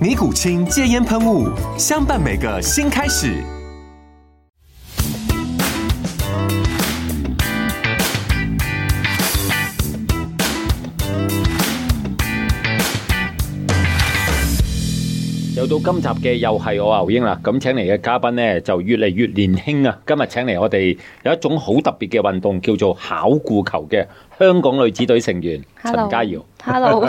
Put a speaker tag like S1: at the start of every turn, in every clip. S1: 尼古清戒烟喷雾，相伴每个新开始。
S2: 又到今集嘅又係我牛啊英啦，咁請嚟嘅嘉賓呢，就越嚟越年輕啊！今日請嚟我哋有一種好特別嘅運動叫做巧固球嘅香港女子隊成員陳
S3: Hello
S2: 家瑤。
S3: Hello，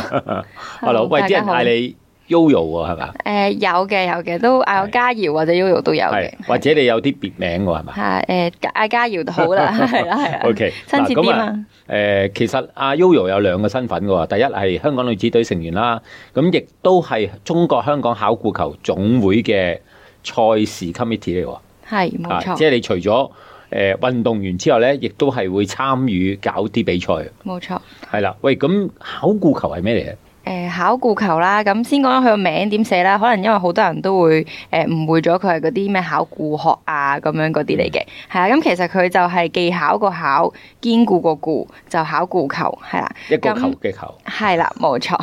S2: Hello，喂，
S3: 大
S2: 啲
S3: 家
S2: 人
S3: 好
S2: 嗌你 Yoyo 喎，係嘛？
S3: 誒、有嘅有嘅，都嗌我
S2: 係
S3: 嘉瑤或者 Yoyo 都有嘅
S2: 係，，或者你有啲別名喎，係嘛
S3: 係誒嗌嘉瑤就好 啦，係啦係啦，
S2: ？OK，
S3: 親切啲
S2: 嗱咁啊
S3: 嘛，
S2: 誒，其實阿 Yoyo 有兩個身份嘅喎，第一係香港女子隊成員啦，咁亦都係中國香港巧固球總會嘅賽事 committee 嚟喎。
S3: 係冇
S2: 啊，
S3: 錯
S2: 即係你除咗誒運動員之後咧，亦都係會參與搞啲比賽，
S3: 冇錯。
S2: 係啦。喂，咁考固球係咩嚟咧？啊
S3: 誒、考固球啦，咁先講咗佢個名點寫啦，可能因為好多人都會誒誤、會咗佢係嗰啲咩考固學啊咁樣嗰啲嚟嘅，
S2: 嗯
S3: 係啊，咁其實佢就係技巧個考，堅固個固，就考固球，係啦。
S2: 一個
S3: 咁
S2: 球嘅球，
S3: 係啦，冇錯，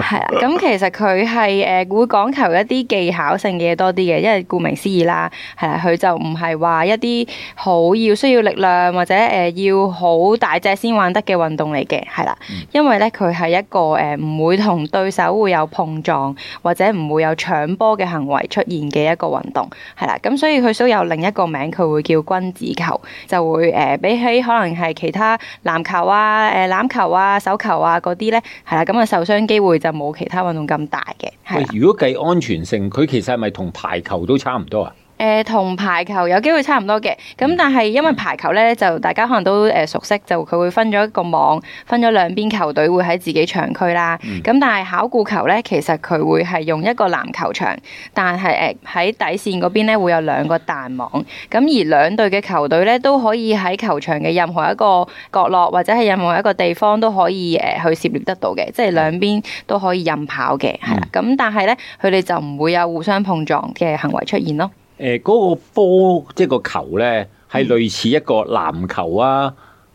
S3: 係啦。咁其實佢係誒呃會講求一啲技巧性嘅嘢多啲嘅，因為顧名思義啦，係啦，佢就唔係話一啲好要需要力量或者誒、呃要好大隻先玩得嘅運動嚟嘅，係啦。因為咧佢係一個誒唔、會同對手會有碰撞或者唔會有搶波嘅行為出現嘅一個運動，係啦。咁所以佢都有另一個名，佢會叫君子球。就會誒、呃比起可能係其他籃球啊、誒、欖球啊、手球啊嗰啲咧，係啦，咁啊受傷機會就冇其他運動咁大嘅，係
S2: 喂
S3: 啦。，
S2: 如果計安全性，佢其實係咪同排球都差唔多啊？
S3: 誒呃同排球有機會差唔多嘅，咁但係因為排球咧就大家可能都誒熟悉，就佢會分咗一個網，分咗兩邊球隊會喺自己場區啦。
S2: 嗯
S3: 咁、但係考固球咧，其實佢會係用一個籃球場，但係誒呃喺底線嗰邊咧會有兩個彈網，咁而兩隊嘅球隊咧都可以喺球場嘅任何一個角落或者係任何一個地方都可以誒、呃去涉獵得到嘅，即係兩邊都可以任跑嘅，係啦。咁但係咧佢哋就唔會有互相碰撞嘅行為出現咯。
S2: 誒、嗰、個波即係個球咧，係類似一個籃球啊、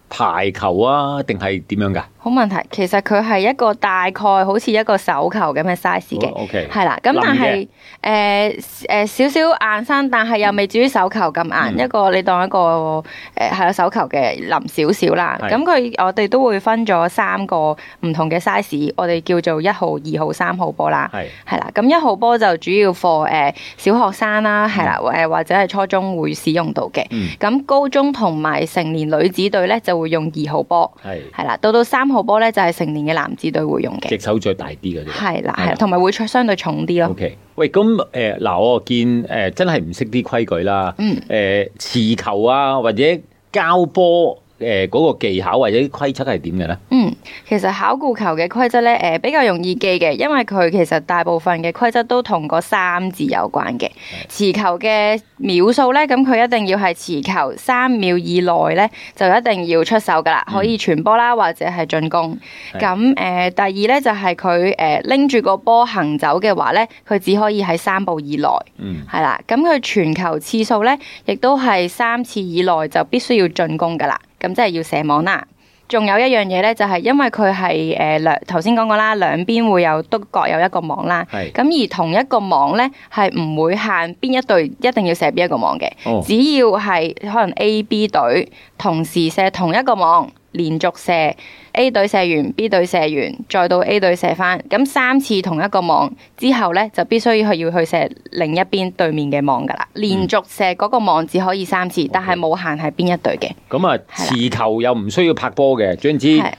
S2: 排球啊，定係點樣㗎？
S3: 好問題，其實佢係一個大概好似一個手球咁嘅 size 嘅，
S2: O K，
S3: 係啦。咁但係呃誒誒少少硬身，但係又未至於手球咁硬。
S2: 嗯
S3: 一個你當一個誒係啦手球嘅腍少少啦。
S2: 係
S3: 咁佢我哋都會分咗三個唔同嘅 size，我哋叫做一號、二號、三號波啦。
S2: 係
S3: 係啦，咁一號波就主要 for 誒小學生啦，係啦，誒或者係初中會使用到嘅。
S2: 嗯
S3: 咁高中同埋成年女子隊咧就會用二號波。
S2: 係
S3: 係啦，到到三號波咧就係成年嘅男子隊會用嘅，
S2: 隻手再大啲嘅啫。
S3: 係啦，
S2: 係
S3: 係
S2: 啦
S3: 啦，同埋會相對重啲
S2: O
S3: 咯。
S2: K，喂，咁誒嗱，我見誒、真係唔識啲規矩啦。
S3: 嗯
S2: 誒、持球啊，或者交波誒嗰個技巧或者規則係點嘅咧？
S3: 嗯，其實考固球嘅規則咧，誒、比較容易記嘅，因為佢其實大部分嘅規則都同個三字有關嘅。持球嘅秒數咧，咁佢一定要係持球三秒以內咧，就一定要出手噶啦，
S2: 嗯
S3: 可以傳波啦，或者係進攻。
S2: 係
S3: 咁誒、第二咧就係佢誒拎住個波行走嘅話咧，佢只可以喺三步以內。
S2: 嗯，
S3: 係啦，咁佢全球次數咧，亦都係三次以內就必須要進攻噶啦，咁即係要射網啦。仲有一樣嘢咧，就係因為佢係誒兩頭先講過啦，兩邊會有都各有一個網啦。
S2: 係。
S3: 咁而同一個網咧，係唔會限邊一隊一定要射邊一個網嘅，
S2: 哦，
S3: 只要係可能 A、B 隊同時射同一個網，連續射 A 隊射完，B 隊射完，再到 A 隊射翻，咁三次同一個網之後呢，就必須要去要去射另一邊對面嘅網噶啦。連續射嗰個網只可以三次，但係冇限係邊一隊嘅。
S2: 咁啊，持球又唔需要拍波嘅，總之
S3: 係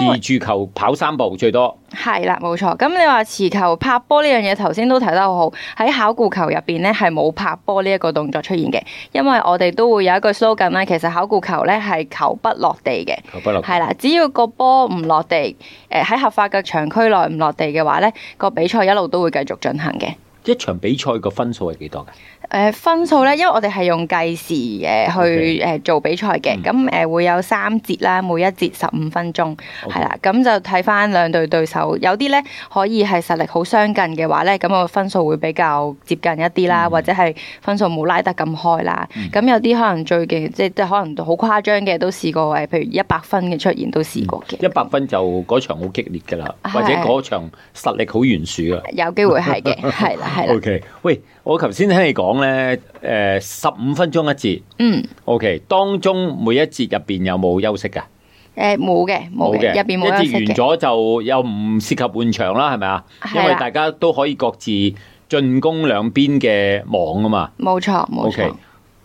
S3: 因為
S2: 持住球跑三步最多。
S3: 係啦，冇錯。咁你話持球拍波呢樣嘢，頭先都提得好好。喺考古球入邊咧，係冇拍波呢一個動作出現嘅，因為我哋都會有一句 slogan 啦。其實考古球咧係球不落地嘅，
S2: 球不落地
S3: 係啦。只要個波唔落地，誒、喺合法嘅場區內唔落地嘅話咧，個比賽一路都會繼續進行嘅。
S2: 一場比賽個分數係幾多嘅？
S3: 誒、分數咧，因為我哋係用計時誒去
S2: OK
S3: 誒、做比賽嘅，咁誒、會有三節啦，每一節十五分鐘，係啦咁就睇翻兩隊對手，有啲咧可以係實力好相近嘅話咧，咁個分數會比較接近一啲啦，或者係分數冇拉得咁開啦。咁、有啲可能最勁，即係即係可能好誇張嘅，都試過誒，譬如一百分嘅出現都試過嘅。
S2: 一百分就嗰場好激烈㗎啦，
S3: 係
S2: 或者嗰場實力好懸殊啊。
S3: 有機會係嘅，係啦，係
S2: O
S3: 啦，
S2: K，喂，我頭先聽你講咧，誒十五分鐘一節
S3: 嗯，
S2: ，O K，當中每一節入邊有冇休息㗎？
S3: 誒冇嘅，冇嘅，入邊冇休
S2: 一節
S3: 息嘅。
S2: 完咗就又唔涉及換場啦，係咪啊？
S3: 係
S2: 因
S3: 啦
S2: 為大家都可以各自進攻兩邊嘅網啊嘛。
S3: 冇錯，冇
S2: O
S3: 錯
S2: K，。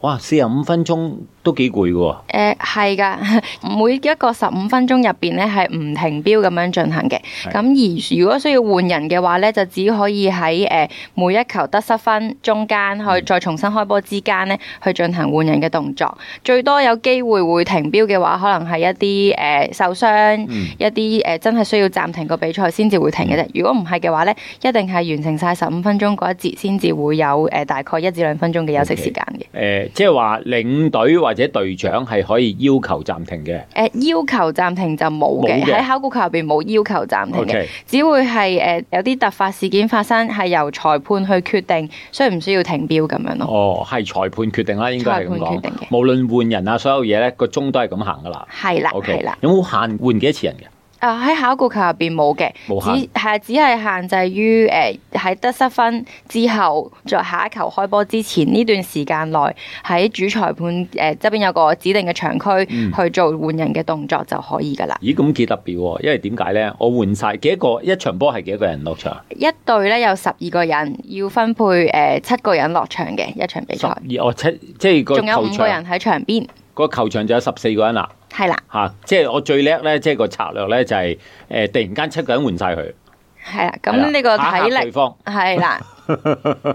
S2: 哇，四十五分鐘都幾攰㗎喎。
S3: 誒呃係噶， 每一個十五分鐘入邊咧係唔停標咁樣進行嘅。
S2: 係
S3: 咁而如果需要換人嘅話咧，就只可以喺誒、呃每一球得失分中間
S2: 嗯
S3: 去再重新開波之間咧去進行換人嘅動作。最多有機會會停標嘅話，可能係一啲誒、呃受傷，
S2: 嗯
S3: 一啲誒、呃真係需要暫停個比賽先至會停嘅啫。如果唔係嘅話咧，一定係完成晒十五分鐘嗰一節先至會有誒、呃大概一至兩分鐘嘅休息時間嘅。
S2: 誒、即係話領隊或者隊長係可以要求暫停嘅。
S3: 誒、呃要求暫停就冇嘅，
S2: 冇嘅
S3: 喺考古球入邊冇要求暫停嘅
S2: OK
S3: 只會係誒、有啲突發事件發生，係由裁判去決定需唔需要停表咁樣咯。
S2: 哦，係裁判決定啦，應該係咁
S3: 裁判決定
S2: 講。
S3: 嘅
S2: 無論換人啊，所有嘢咧個鐘都係咁行噶啦。
S3: 係啦，
S2: OK，
S3: 係啦。
S2: 有冇限換幾多次人嘅？
S3: 啊，喺考古球入邊冇嘅，
S2: 冇限
S3: 只係只係限制於誒喺得失分之後，再下一球開波之前呢段時間內，喺主裁判誒側邊有個指定嘅場區
S2: 嗯
S3: 去做換人嘅動作就可以㗎啦。
S2: 咦，咁幾特別喎！因為點解咧？我換晒幾多個一場波係幾多個人落場？
S3: 一隊咧有十二個人，要分配誒七、個人落場嘅一場比
S2: 十
S3: 賽，
S2: 二我七，即係個
S3: 仲有
S2: 球
S3: 五個人
S2: 場
S3: 喺場邊，
S2: 個球場就有十四個人啦。
S3: 係啦，
S2: 嚇、即係我最叻咧，即係個策略咧就係、呃突然間七個人換晒佢。係
S3: 係啦。
S2: 啦
S3: 咁呢個
S2: 嚇嚇
S3: 體
S2: 對
S3: 力
S2: 方
S3: 係 啦，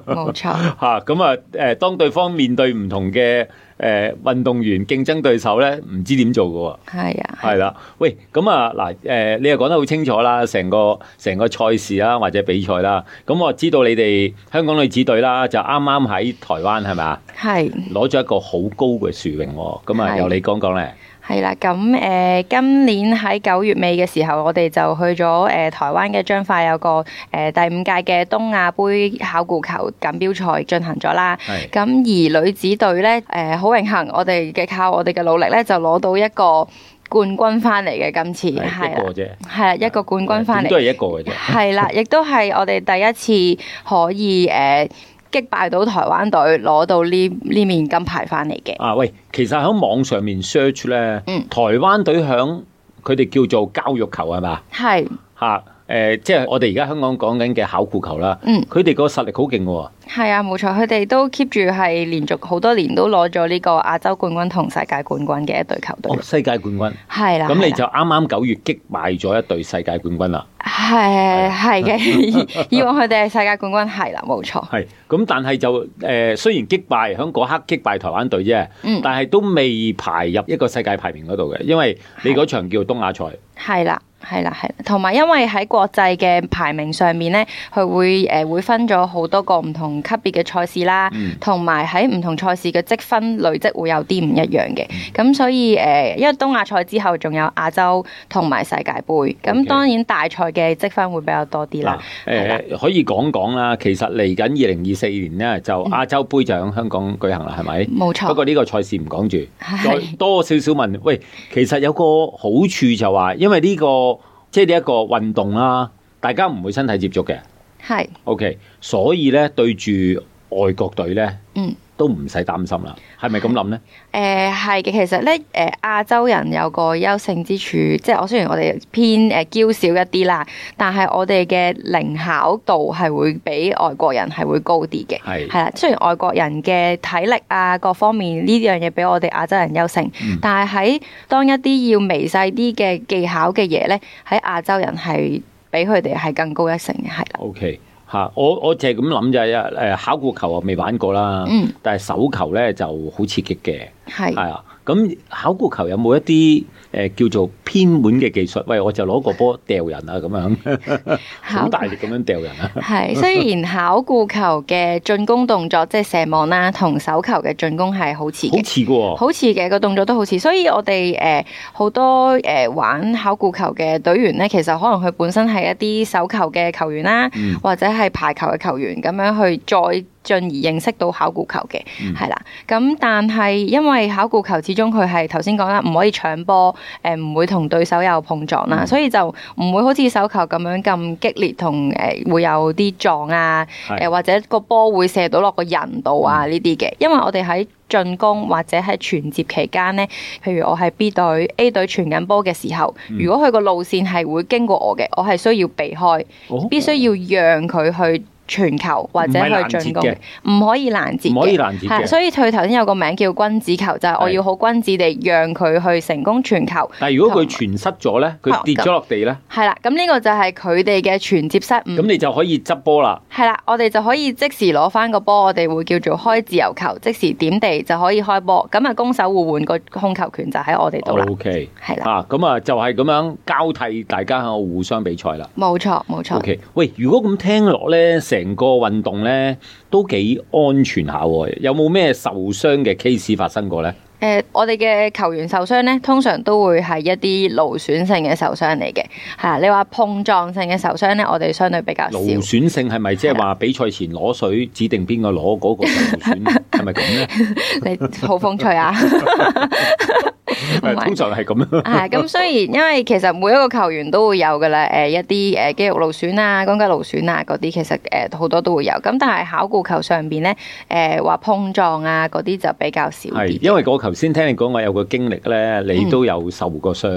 S3: 冇錯，
S2: 嚇咁啊誒，當對方面對唔同嘅誒運動員競爭對手咧，唔知點做嘅喎。
S3: 係啊，
S2: 係啦，喂，咁啊嗱，誒，你又講得好清楚啦，成個成個賽事啦，或者比賽啦，咁我知道你哋香港女子隊啦，就啱啱喺台灣係咪啊，
S3: 係。
S2: 攞咗一個好高嘅殊榮喎，咁啊
S3: 係
S2: 由你講講咧，
S3: 係啦，咁誒、呃今年喺九月尾嘅時候，我哋就去咗誒、呃台灣嘅彰化有個誒、呃第五屆嘅東亞杯考古球錦標賽進行咗啦。
S2: 係
S3: 咁而女子隊咧，誒好榮幸，我哋嘅靠我哋嘅努力咧，就攞到一個冠軍翻嚟嘅今次，
S2: 係一
S3: 係
S2: 個
S3: 啦，
S2: 啫，
S3: 係啦，一個冠軍翻
S2: 點都
S3: 嚟，
S2: 係一個嘅啫，
S3: 係 啦，亦都係我哋第一次可以誒、呃擊敗到台灣隊攞到呢呢面金牌翻嚟嘅。
S2: 啊喂，其實喺網上面 search 咧，
S3: 嗯
S2: 台灣隊響佢哋叫做交育球係嘛
S3: 係，
S2: 嚇，誒，即係我哋而家香港講緊嘅考古球啦，
S3: 嗯。
S2: 佢哋個實力好勁嘅喎。
S3: 係啊，冇錯，佢哋都 keep 住係連續好多年都攞咗呢個亞洲冠軍同世界冠軍嘅一隊球隊
S2: 哦，。世界冠軍。
S3: 嗯係啦，
S2: 咁你
S3: 係
S2: 就
S3: 啦
S2: 啱啱九月擊敗咗一隊世界冠軍啦，
S3: 係係 嘅，以以往佢哋係世界冠軍，係啦，冇錯，
S2: 係咁，但係就誒、呃、雖然擊敗喺嗰刻擊敗台灣隊啫，
S3: 嗯
S2: 但係都未排入一個世界排名嗰度嘅，因為你嗰場叫東亞賽，
S3: 係啦。係啦，係啦，同埋因為喺國際嘅排名上面咧，佢會誒、呃、會分咗好多個唔同級別嘅賽事啦，
S2: 嗯，
S3: 同埋喺唔同賽事嘅積分累積會有啲唔一樣
S2: 嗯
S3: 嘅，咁所以誒、呃因為東亞賽之後仲有亞洲同埋世界盃，咁
S2: OK
S3: 當然大賽嘅積分會比較多啲啦
S2: 嗱。誒可以講講啦，其實嚟緊二零二四年呢，就
S3: 嗯
S2: 亞洲杯就喺香港舉行啦，係咪？
S3: 冇錯，
S2: 不過呢個賽事唔講住，再
S3: 係
S2: 多少少問，喂，其實有個好處就話，因為呢、個即係呢一個運動啦，大家唔會身體接觸嘅。
S3: 係
S2: O K，所以咧對住外國隊咧，
S3: 嗯，
S2: 都唔使擔心啦，係咪咁諗呢？
S3: 誒係嘅，其實咧誒、亞洲人有個優勝之處，即係我雖然我哋偏誒嬌小一啲啦，但係我哋嘅靈巧度係會比外國人係會高啲嘅。
S2: 係
S3: 係啦，雖然外國人嘅體力啊各方面呢樣嘢比我哋亞洲人優勝，
S2: 嗯
S3: 但係喺當一啲要微細啲嘅技巧嘅嘢咧，喺亞洲人係比佢哋係更高一成嘅，係啦。
S2: O K 嚇，我我就係咁諗就係誒考古球我未玩過啦，
S3: 嗯，
S2: 但係手球咧就好刺激嘅，係
S3: 係。
S2: 啊啊。咁考古球有冇一啲誒、呃叫做偏門嘅技術？喂，我就攞個波掉人啊，咁樣好大力咁樣掉人啊！
S3: 係，雖然考固球嘅進攻 動作即係射網啦，同手球嘅進攻係好似
S2: 好
S3: 嘅，
S2: 似嘅喎，
S3: 好似嘅個動作都好似，所以我哋誒好多誒、呃玩考固球嘅隊員咧，其實可能佢本身係一啲手球嘅球員啦，
S2: 嗯
S3: 或者係排球嘅球員咁樣去再進而認識到考固球嘅，
S2: 嗯
S3: 係啦、咁但係因為考固球始終佢係頭先講啦，唔可以搶波，誒唔會同對手有碰撞啦，
S2: 嗯
S3: 所以就唔會好似手球咁樣咁激烈，同誒會有啲撞啊。誒
S2: 係嗯
S3: 或者個波會射到落個人度啊呢啲嘅，因為我哋喺進攻或者喺傳接期間呢，譬如我係 B 隊 A 隊傳緊波嘅時候，
S2: 嗯
S3: 如果佢個路線係會經過我嘅，我係需要避開，
S2: 哦
S3: 必須要讓佢去傳球或者
S2: 唔係攔
S3: 去進攻
S2: 截嘅，
S3: 唔可以攔截
S2: 唔可以
S3: 嘅。
S2: 攔截
S3: 係啦
S2: 嘅。
S3: 所以佢頭先有個名叫君子球，就係、我
S2: 係
S3: 要好君子地讓佢去成功傳球，
S2: 但係如果佢全失咗咧，
S3: 啊
S2: 佢跌咗落地咧，
S3: 係啦。咁呢個就係佢哋嘅傳接失誤
S2: 咁。你就可以執波啦。
S3: 係啦，我哋就可以即時攞翻個波，我哋會叫做開自由球，即時點地就可以開波。咁啊，攻守互換個控球權就喺我哋度啦。
S2: O K
S3: 係啦，
S2: 啊，咁啊就係咁樣交替大家喺度互相比賽啦。
S3: 冇錯冇錯。
S2: O.K. 喂，如果咁聽落咧，成個運動咧都幾安全下喎，有冇咩受傷嘅 case 發生過咧？
S3: 誒、我哋嘅球員受傷咧，通常都會係一啲勞損性嘅受傷嚟嘅。係啊啦，你話碰撞性嘅受傷咧，我哋相對比較少。
S2: 勞損性係咪即係話比賽前攞水指定邊個攞嗰個勞 損係咪咁咧？
S3: 你好風趣 啊！唔係
S2: 通常係咁樣。
S3: 係啊咁，雖然因為其實每一個球員都會有㗎啦，誒、一啲誒、肌肉勞損啊、關節勞損啊嗰啲，其實誒好、多都會有。咁但係考古球上邊咧，誒、話碰撞啊嗰啲就比較少
S2: 係，
S3: 啲。嗯
S2: 因為我頭先聽你講，我有個經歷咧，你都有受過傷，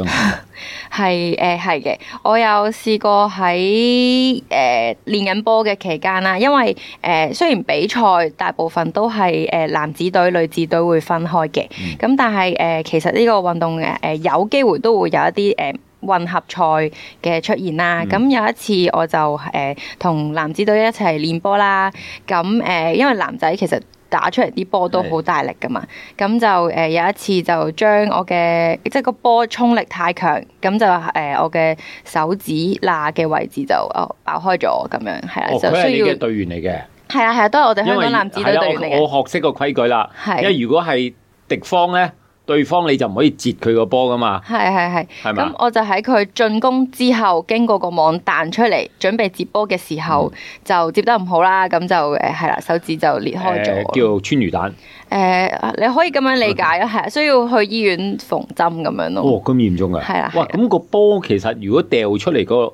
S3: 係誒係嘅，我有試過喺誒練緊波嘅期間啦，因為誒、呃、雖然比賽大部分都係誒、呃男子隊、女子隊會分開嘅，
S2: 嗯
S3: 咁、但係誒、呃其實呢個運動誒誒、呃有機會都會有一啲誒。呃混合賽嘅出現啦，
S2: 嗯
S3: 咁、有一次我就誒同、男子隊一齊練波啦，咁誒、呃因為男仔其實打出嚟啲波都
S2: 係
S3: 好大力噶嘛，咁就誒、呃有一次就將我嘅即係個波衝力太強，咁就誒、呃我嘅手指罅嘅位置就哦爆開咗咁樣，係啦，啊
S2: 哦，
S3: 就
S2: 佢係你
S3: 需要
S2: 嘅隊員嚟嘅，
S3: 係啊啦係啦，都係我哋
S2: 因
S3: 香
S2: 為
S3: 港男子隊
S2: 係
S3: 隊員嚟
S2: 啦，
S3: 嘅，
S2: 我我學識個規矩啦，因
S3: 係
S2: 為如果係敵方咧，對方你就唔可以截佢個波噶嘛，
S3: 係係係。
S2: 係咪
S3: 咁？我就喺佢進攻之後，經過個網彈出嚟，準備接波嘅時候，
S2: 嗯
S3: 就接得唔好啦，咁就誒係啦，手指就裂開
S2: 誒
S3: 咗。
S2: 叫做穿魚蛋。
S3: 誒、你可以咁樣理解咯，係需要去醫院縫針咁樣咯。
S2: 哦，咁嚴重噶，
S3: 係啦
S2: 哇，
S3: 係
S2: 咁個波其實如果掉出嚟個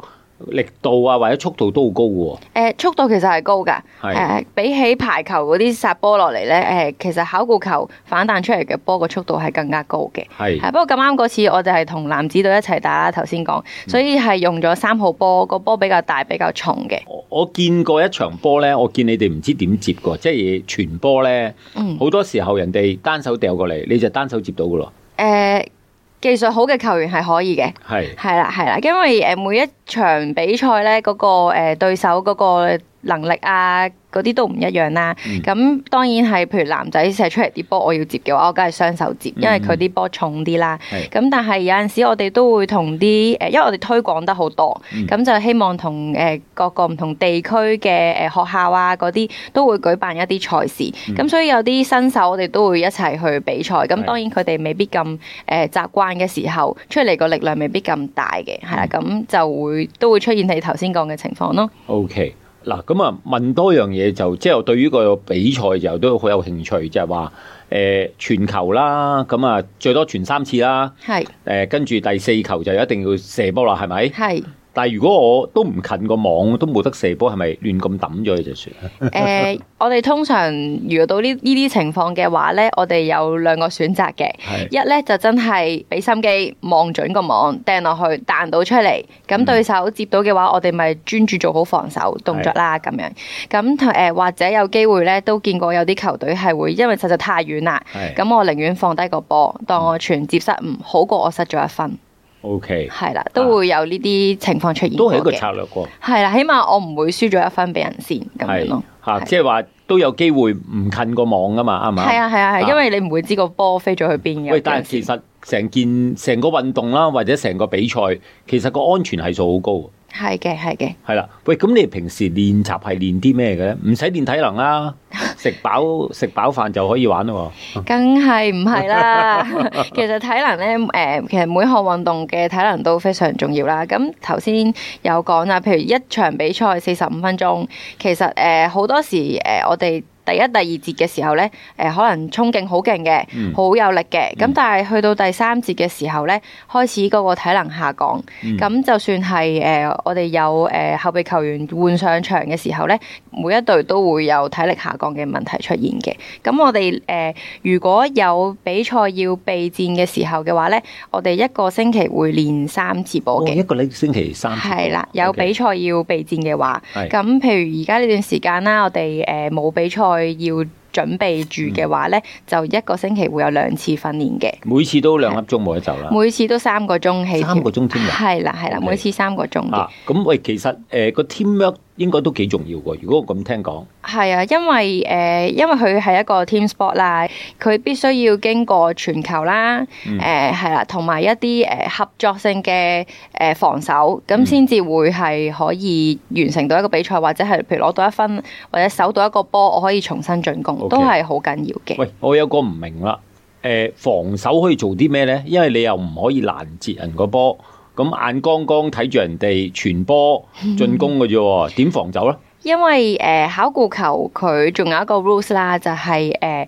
S2: 力度啊，或者速度都好高嘅
S3: 誒、速度其實係高㗎，誒、
S2: 係
S3: 比起排球嗰啲殺波落嚟咧，誒、其實考固球反彈出嚟嘅波個速度係更加高嘅。
S2: 喎，係
S3: 係，不過咁啱嗰次我就係同男子隊一齊打啦，頭先講，
S2: 嗯
S3: 所以係用咗三號波，個波比較大，比較重嘅。
S2: 我我見過一場波咧，我見你哋唔知點接嘅，即係傳波咧，
S3: 嗯。
S2: 好多時候人哋單手掉過嚟，你就單手接到嘅咯，
S3: 誒、技術好嘅球員係可以嘅，
S2: 係
S3: 係啦係啦，因為誒、每一場比賽咧，嗰、個誒、對手嗰個能力啊，嗰啲都唔一樣啦。
S2: 嗯
S3: 咁、當然係譬如男仔射出嚟啲波，我要接嘅話，我梗係雙手接，因為佢啲波重啲啦。
S2: 係
S3: 咁但係有陣時我哋都會同啲呃誒，因為我哋推廣得好多，
S2: 嗯
S3: 咁、就希望同誒、呃各個唔同地區嘅誒學校啊嗰啲都會舉辦一啲賽事，咁、所以有啲新手我哋都會一齊去比賽。咁
S2: 係
S3: 當然佢哋未必咁誒、習慣嘅時候，出嚟個力量未必咁大嘅，係啦，咁就會都會出現你頭先講嘅情況咯。
S2: OK。嗱，咁啊問多樣嘢就即係我對於個比賽就都好有興趣，就係話誒傳球啦，咁啊最多傳三次啦，
S3: 係
S2: 誒跟住第四球就一定要射波啦，係咪？
S3: 係
S2: 但係如果我都唔近個網，都冇得射波，係咪亂咁抌咗佢就算？
S3: 诶、呃我哋通常遇到呢呢啲情況嘅話咧，我哋有兩個選擇嘅。
S2: 係
S3: 一咧就真係俾心機望準個網掟落去，彈到出嚟。
S2: 嗯
S3: 咁對手接到嘅話，我哋咪專注做好防守動作啦，咁樣。咁誒、呃或者有機會咧，都見過有啲球隊係會因為實在太遠啦，
S2: 係
S3: 咁我寧願放低個波，當我全接失誤，好過我失咗一分。
S2: OK，
S3: 係啦，都會有呢啲情況出現
S2: 嗯都係一個
S3: 過嘅
S2: 策略喎。
S3: 係啦，起碼我唔會輸咗一分俾人先咁樣
S2: 係
S3: 咯。
S2: 嚇，
S3: 係
S2: 即係話都有機會唔近個網噶嘛，啱唔啱？
S3: 係啊係啊
S2: 啊
S3: 係，因為你唔會知個波飛咗去邊嘅。
S2: 喂，但係其實成件成個運動啦，或者成個比賽，其實個安全係數好高喎。
S3: 係嘅係嘅。
S2: 係啦，喂，咁你平時練習係練啲咩嘅咧？唔使練體 能啦，食飽食飽飯就可以玩咯
S3: 梗係唔係啦？其實體能咧，誒、其實每項運動嘅體能都非常重要啦。咁頭先有講啦，譬如一場比賽四十五分鐘，其實誒好、多時誒、我哋。第一、第二節嘅時候咧，誒、可能衝勁好勁嘅
S2: 嗯，
S3: 好、有力嘅。咁、但係去到第三節嘅時候咧，開始嗰個體能下降。
S2: 嗯
S3: 咁、就算係誒、我哋有誒、後備球員換上場嘅時候咧，每一隊都會有體力下降嘅問題出現嘅。咁我哋誒、如果有比賽要備戰嘅時候嘅話咧，我哋一個星期會練三次
S2: 喎。
S3: 波
S2: 哦
S3: 嘅。
S2: 一個禮星期三次
S3: 係啦，有
S2: OK
S3: 比賽要備戰嘅話，
S2: 係
S3: 咁譬如而家呢段時間啦，我哋誒冇比賽要準備住嘅話咧，
S2: 嗯
S3: 就一個星期會有兩次訓練嘅，
S2: 每次都兩粒鐘冇得走啦。
S3: 每次都三個鐘起跳。
S2: 啊三個鐘添㗎
S3: 係啦係啦，
S2: OK
S3: 每次三個鐘嘅
S2: 啊。，咁喂，其實誒個 teamwork 應該都幾重要喎。如果我咁聽講，
S3: 係啊，因為誒、呃因為佢係一個 team sport 啦，佢必須要經過全球啦，
S2: 嗯
S3: 誒係啦，同埋一啲誒、呃合作性嘅誒、呃防守，
S2: 嗯
S3: 咁先至會係可以完成到一個比賽，或者係譬如攞到一分，或者守到一個波，我可以重新進攻
S2: OK
S3: 都係好緊要嘅。
S2: 喂，我有個唔明啦。誒、防守可以做啲咩呢？因為你又唔可以攔截人個波，咁眼光光睇住人哋 傳波進攻嘅啫喎，點防守呢？
S3: 因為誒、呃考古球佢仲有一個 rules 啦，就係、呃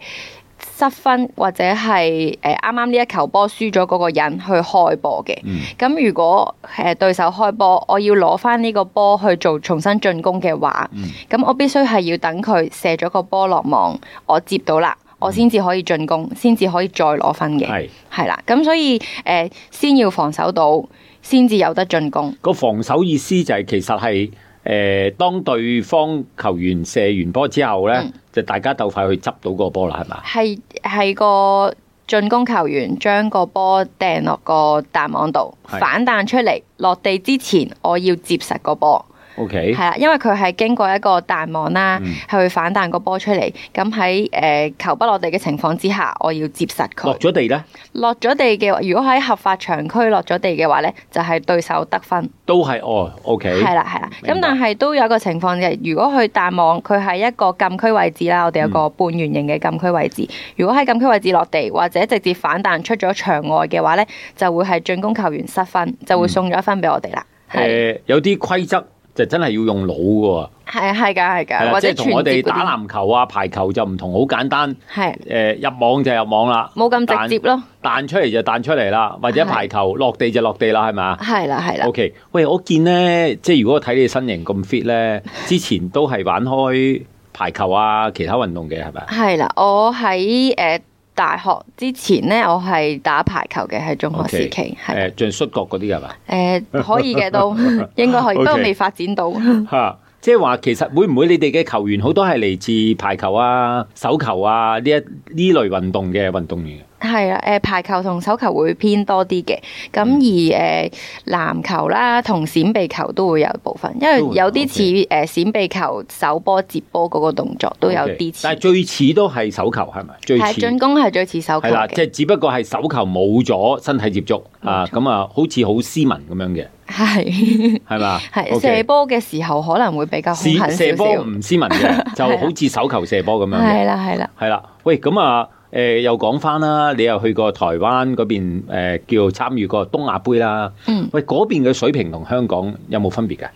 S3: 失分或者係誒啱啱呢一球波輸咗嗰個人去開波嘅。
S2: 嗯
S3: 咁如果誒對手開波，我要攞翻呢個波去做重新進攻嘅話，
S2: 嗯
S3: 咁、我必須係要等佢射咗個波落網，我接到啦，
S2: 嗯
S3: 我先至可以進攻，先至可以再攞分嘅。
S2: 係
S3: 係啦，咁所以誒、呃先要防守到，先至有得進攻。
S2: 個防守意思就係其實係誒、當對方球員射完波之後呢，
S3: 嗯
S2: 就大家鬥快去執到個波啦，係嘛？
S3: 係係個進攻球員將個波掟落個彈網度，
S2: 係
S3: 反彈出嚟落地之前，我要接實個波，
S2: O K，
S3: 係啦，因為佢係經過一個彈網啦
S2: 嗯，
S3: 係會反彈個波出嚟。咁喺誒球不落地嘅情況之下，我要接實
S2: 落
S3: 佢。
S2: 咗地呢，
S3: 落咗地嘅話，如果喺合法場區落咗地嘅話咧，就係、對手得分。
S2: 都係哦，O K，
S3: 係啦係啦，
S2: 明白
S3: 咁但係都有一個情況嘅，如果佢彈網，佢係一個禁區位置啦，我哋有
S2: 嗯
S3: 個半圓形嘅禁區位置。如果喺禁區位置落地或者直接反彈出咗場外嘅話咧，就會係進攻球員失分，就會送咗一分俾我哋啦。係
S2: 誒、有啲規則就真係要用腦嘅喎。
S3: 係係㗎係
S2: 係
S3: 㗎，
S2: 啦，
S3: 或
S2: 即
S3: 者
S2: 係同我哋
S3: 傳接嗰啲
S2: 打籃球啊、排球就唔同，好簡單。
S3: 係
S2: 誒、入網就入網啦，
S3: 冇咁直接咯，
S2: 彈出嚟就彈出嚟啦，或者
S3: 係
S2: 排球落地就落地啦，係咪啊
S3: 係啦係啦
S2: ？O，K，喂，我見咧，即係如果我睇你身形咁 fit 咧，之前都係玩開排球啊，其他運動嘅係咪啊？
S3: 係啦，我喺誒大學之前咧，我係打排球嘅，喺中學時期
S2: OK，
S3: 係
S2: 誒，像摔角嗰啲係嘛？
S3: 誒可以嘅 都應該可以，不過未發展到。
S2: 嚇，即係話其實會唔會你哋嘅球員好多係嚟自排球啊、手球啊呢一呢類運動嘅運動員？
S3: 係啦，誒排球同手球會偏多啲嘅，咁
S2: 嗯
S3: 而誒籃球啦同閃避球都會有部分，因為
S2: 都會
S3: 有啲似誒閃避球手波接波嗰個動作都有
S2: OK，
S3: 啲似，
S2: 但係最似都係手球係咪？最
S3: 係
S2: 似。
S3: 進攻係最似手球
S2: 係啦，即
S3: 嘅，
S2: 係只不過係手球冇咗身體接觸啊，咁啊，好似好斯文咁樣嘅，
S3: 係
S2: 係嘛？
S3: 係
S2: OK
S3: 射波嘅時候可能會比較
S2: 是
S3: 兇狠少啊
S2: 射
S3: 少
S2: 波，唔斯文嘅， 就好似手球射波咁樣嘅，
S3: 係啦係啦，
S2: 係啦。喂，咁啊，誒又講翻啦，你又去過台灣嗰邊誒叫參與過東亞杯啦。
S3: 嗯。
S2: 喂，嗰邊嘅水平同香港有冇分別㗎？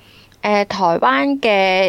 S3: 誒、呃台灣嘅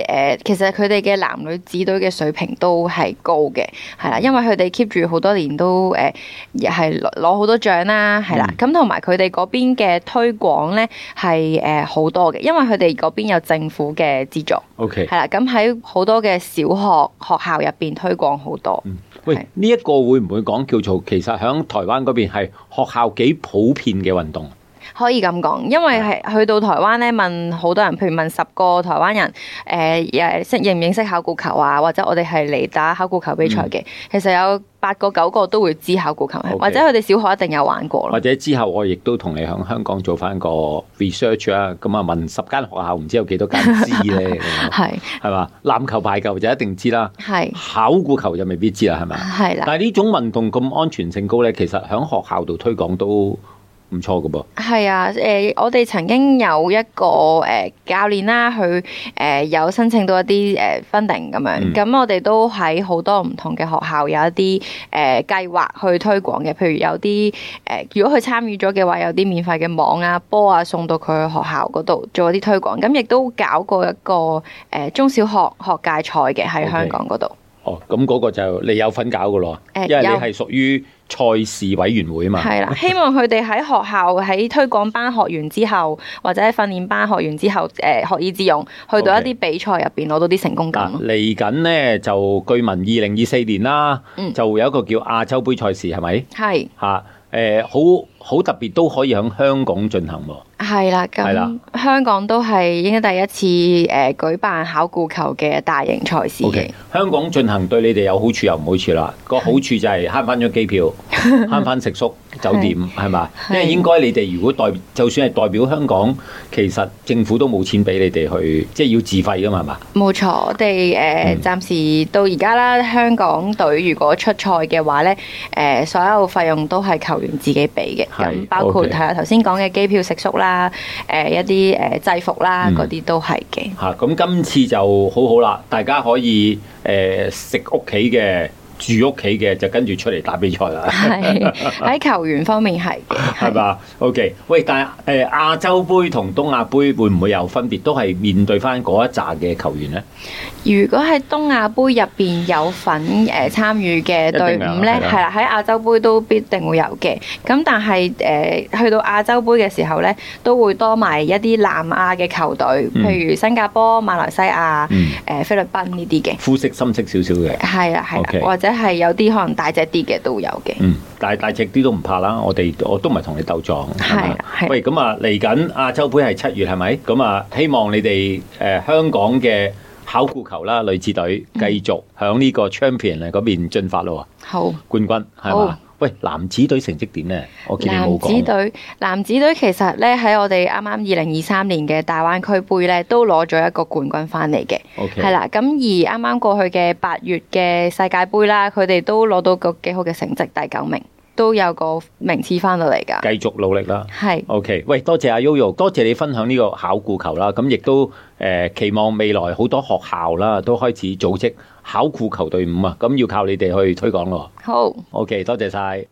S3: 誒、呃其實佢哋嘅男女子隊嘅水平都係高嘅，係啦，因為佢哋 keep 住好多年都誒，亦係攞攞好多獎啦，係啦，咁同埋佢哋嗰邊嘅推廣咧係誒好多嘅，因為佢哋嗰邊有政府嘅資助，
S2: OK，
S3: 係啦，咁喺好多嘅小學學校入邊推廣好多。
S2: 嗯喂
S3: 係，
S2: 呢一個會唔會講叫做其實喺台灣嗰邊係學校幾普遍嘅運動？
S3: 可以咁講，因為係去到台灣咧，問好多人，譬如問十個台灣人，誒、誒識認唔認識考古球啊，或者我哋係嚟打考古球比賽嘅，其實有八個九個都會知考古球嘅
S2: 嗯 OK
S3: 或者佢哋小學一定有玩過
S2: 或
S3: 咯。
S2: 者之後我亦都同你喺香港做翻個 research 啊，咁啊問十間學校，唔知有幾多間知 咧，咁樣
S3: 係
S2: 係嘛？籃球、排球就一定知啦，
S3: 係
S2: 考古球就未必知啦，係咪？
S3: 係啦，
S2: 但係呢種運動咁安全性高咧，其實喺學校度推廣都唔錯嘅噃。
S3: 係啊，誒、我哋曾經有一個誒、教練啦，佢誒、有申請到一啲誒 funding 咁
S2: 嗯
S3: 樣，咁、我哋都喺好多唔同嘅學校有一啲誒、計劃去推廣嘅，譬如有啲誒、如果佢參與咗嘅話，有啲免費嘅網啊、波啊送到佢去學校嗰度做一啲推廣，咁亦都搞過一個誒、中小學學界賽嘅喺香港嗰度。
S2: 哦，咁嗰個就你有份搞嘅咯，
S3: 誒
S2: 因為你
S3: 有
S2: 係屬於賽事委員會啊嘛。
S3: 係啦， 希望佢哋喺學校喺推廣班學完之後，或者喺訓練班學完之後，誒、學以致用，去到一
S2: OK
S3: 啲比賽入邊攞到啲成功感
S2: 嗱，
S3: 咯。
S2: 嚟緊呢，就據聞二零二四年啦，
S3: 嗯
S2: 就有一個叫亞洲杯賽事係咪？
S3: 係
S2: 嚇誒，好好特別都可以喺香港進行喎。
S3: 係啦，
S2: 係啦
S3: 咁香港都係應該第一次誒、舉辦考古球嘅大型賽事
S2: O
S3: 嘅。
S2: K，香港進行對你哋有好處又唔好處啦。個好處就係慳翻張機 票，慳翻食宿、酒店係嘛？因
S3: 係
S2: 為應該你哋如果代就算係代表香港，其實政府都冇錢俾你哋去，即係要自費噶嘛係嘛？
S3: 冇錯，我哋誒、
S2: 嗯
S3: 暫時到而家啦，香港隊如果出賽嘅話咧，誒、所有費用都係球員自己俾嘅，
S2: 係
S3: 咁包括
S2: OK
S3: 係啊頭先講嘅機票、食宿啦，誒、一啲誒、制服啦
S2: 嗯
S3: 嗰啲都係嘅。
S2: 嚇咁今次就好好啦，大家可以誒食屋企嘅。住屋企嘅就跟住出嚟打比賽啦，
S3: 係喺球員方 面係嘅，
S2: 係嘛？OK，喂，但係誒亞洲杯同東亞杯會唔會有分別？都係面對翻嗰一紮嘅球員呢？
S3: 如果喺東亞杯入邊有份誒參與嘅隊伍
S2: 一
S3: 咧，
S2: 定有係啊
S3: 係啦，喺亞洲杯都必定會有嘅。咁但係誒、去到亞洲杯嘅時候咧，都會多埋一啲南亞嘅球隊，
S2: 嗯
S3: 譬如新加坡、馬來西亞、誒、呃
S2: 嗯，
S3: 菲律賓呢啲嘅，
S2: 膚色深色少少嘅。
S3: 係啊啦係啦
S2: OK
S3: 或者係有啲可能大隻啲嘅都有嘅。
S2: 嗯，但係大隻啲都唔怕啦，我哋我都唔係同你鬥撞，係咪
S3: 係啊係啊
S2: 喂，咁啊嚟緊亞洲杯係七月係咪？咁啊，希望你哋誒、呃香港嘅考古球啦女子隊
S3: 嗯
S2: 繼續響呢個 champion 嗰邊進發咯
S3: 好。
S2: 喎，冠軍係嘛
S3: 好？
S2: 喂，男子隊成績點呢？我見你
S3: 哦男
S2: 冇
S3: 子
S2: 講。
S3: 隊，男子隊其實咧喺我哋啱啱二零二三年嘅大灣區杯咧，都攞咗一個冠軍翻嚟嘅。
S2: O K，
S3: 係啦，咁而啱啱過去嘅八月嘅世界盃啦，佢哋都攞到個幾好嘅成績，第九名，都有個名次翻到嚟㗎。
S2: 繼續努力啦。
S3: 係
S2: OK，喂，多謝阿 Yoyo，多謝你分享呢個考古球啦，咁亦都誒、呃期望未來好多學校啦都開始組織考古球隊伍啊，咁要靠你哋去推廣咯。
S3: 好。
S2: OK，多謝晒。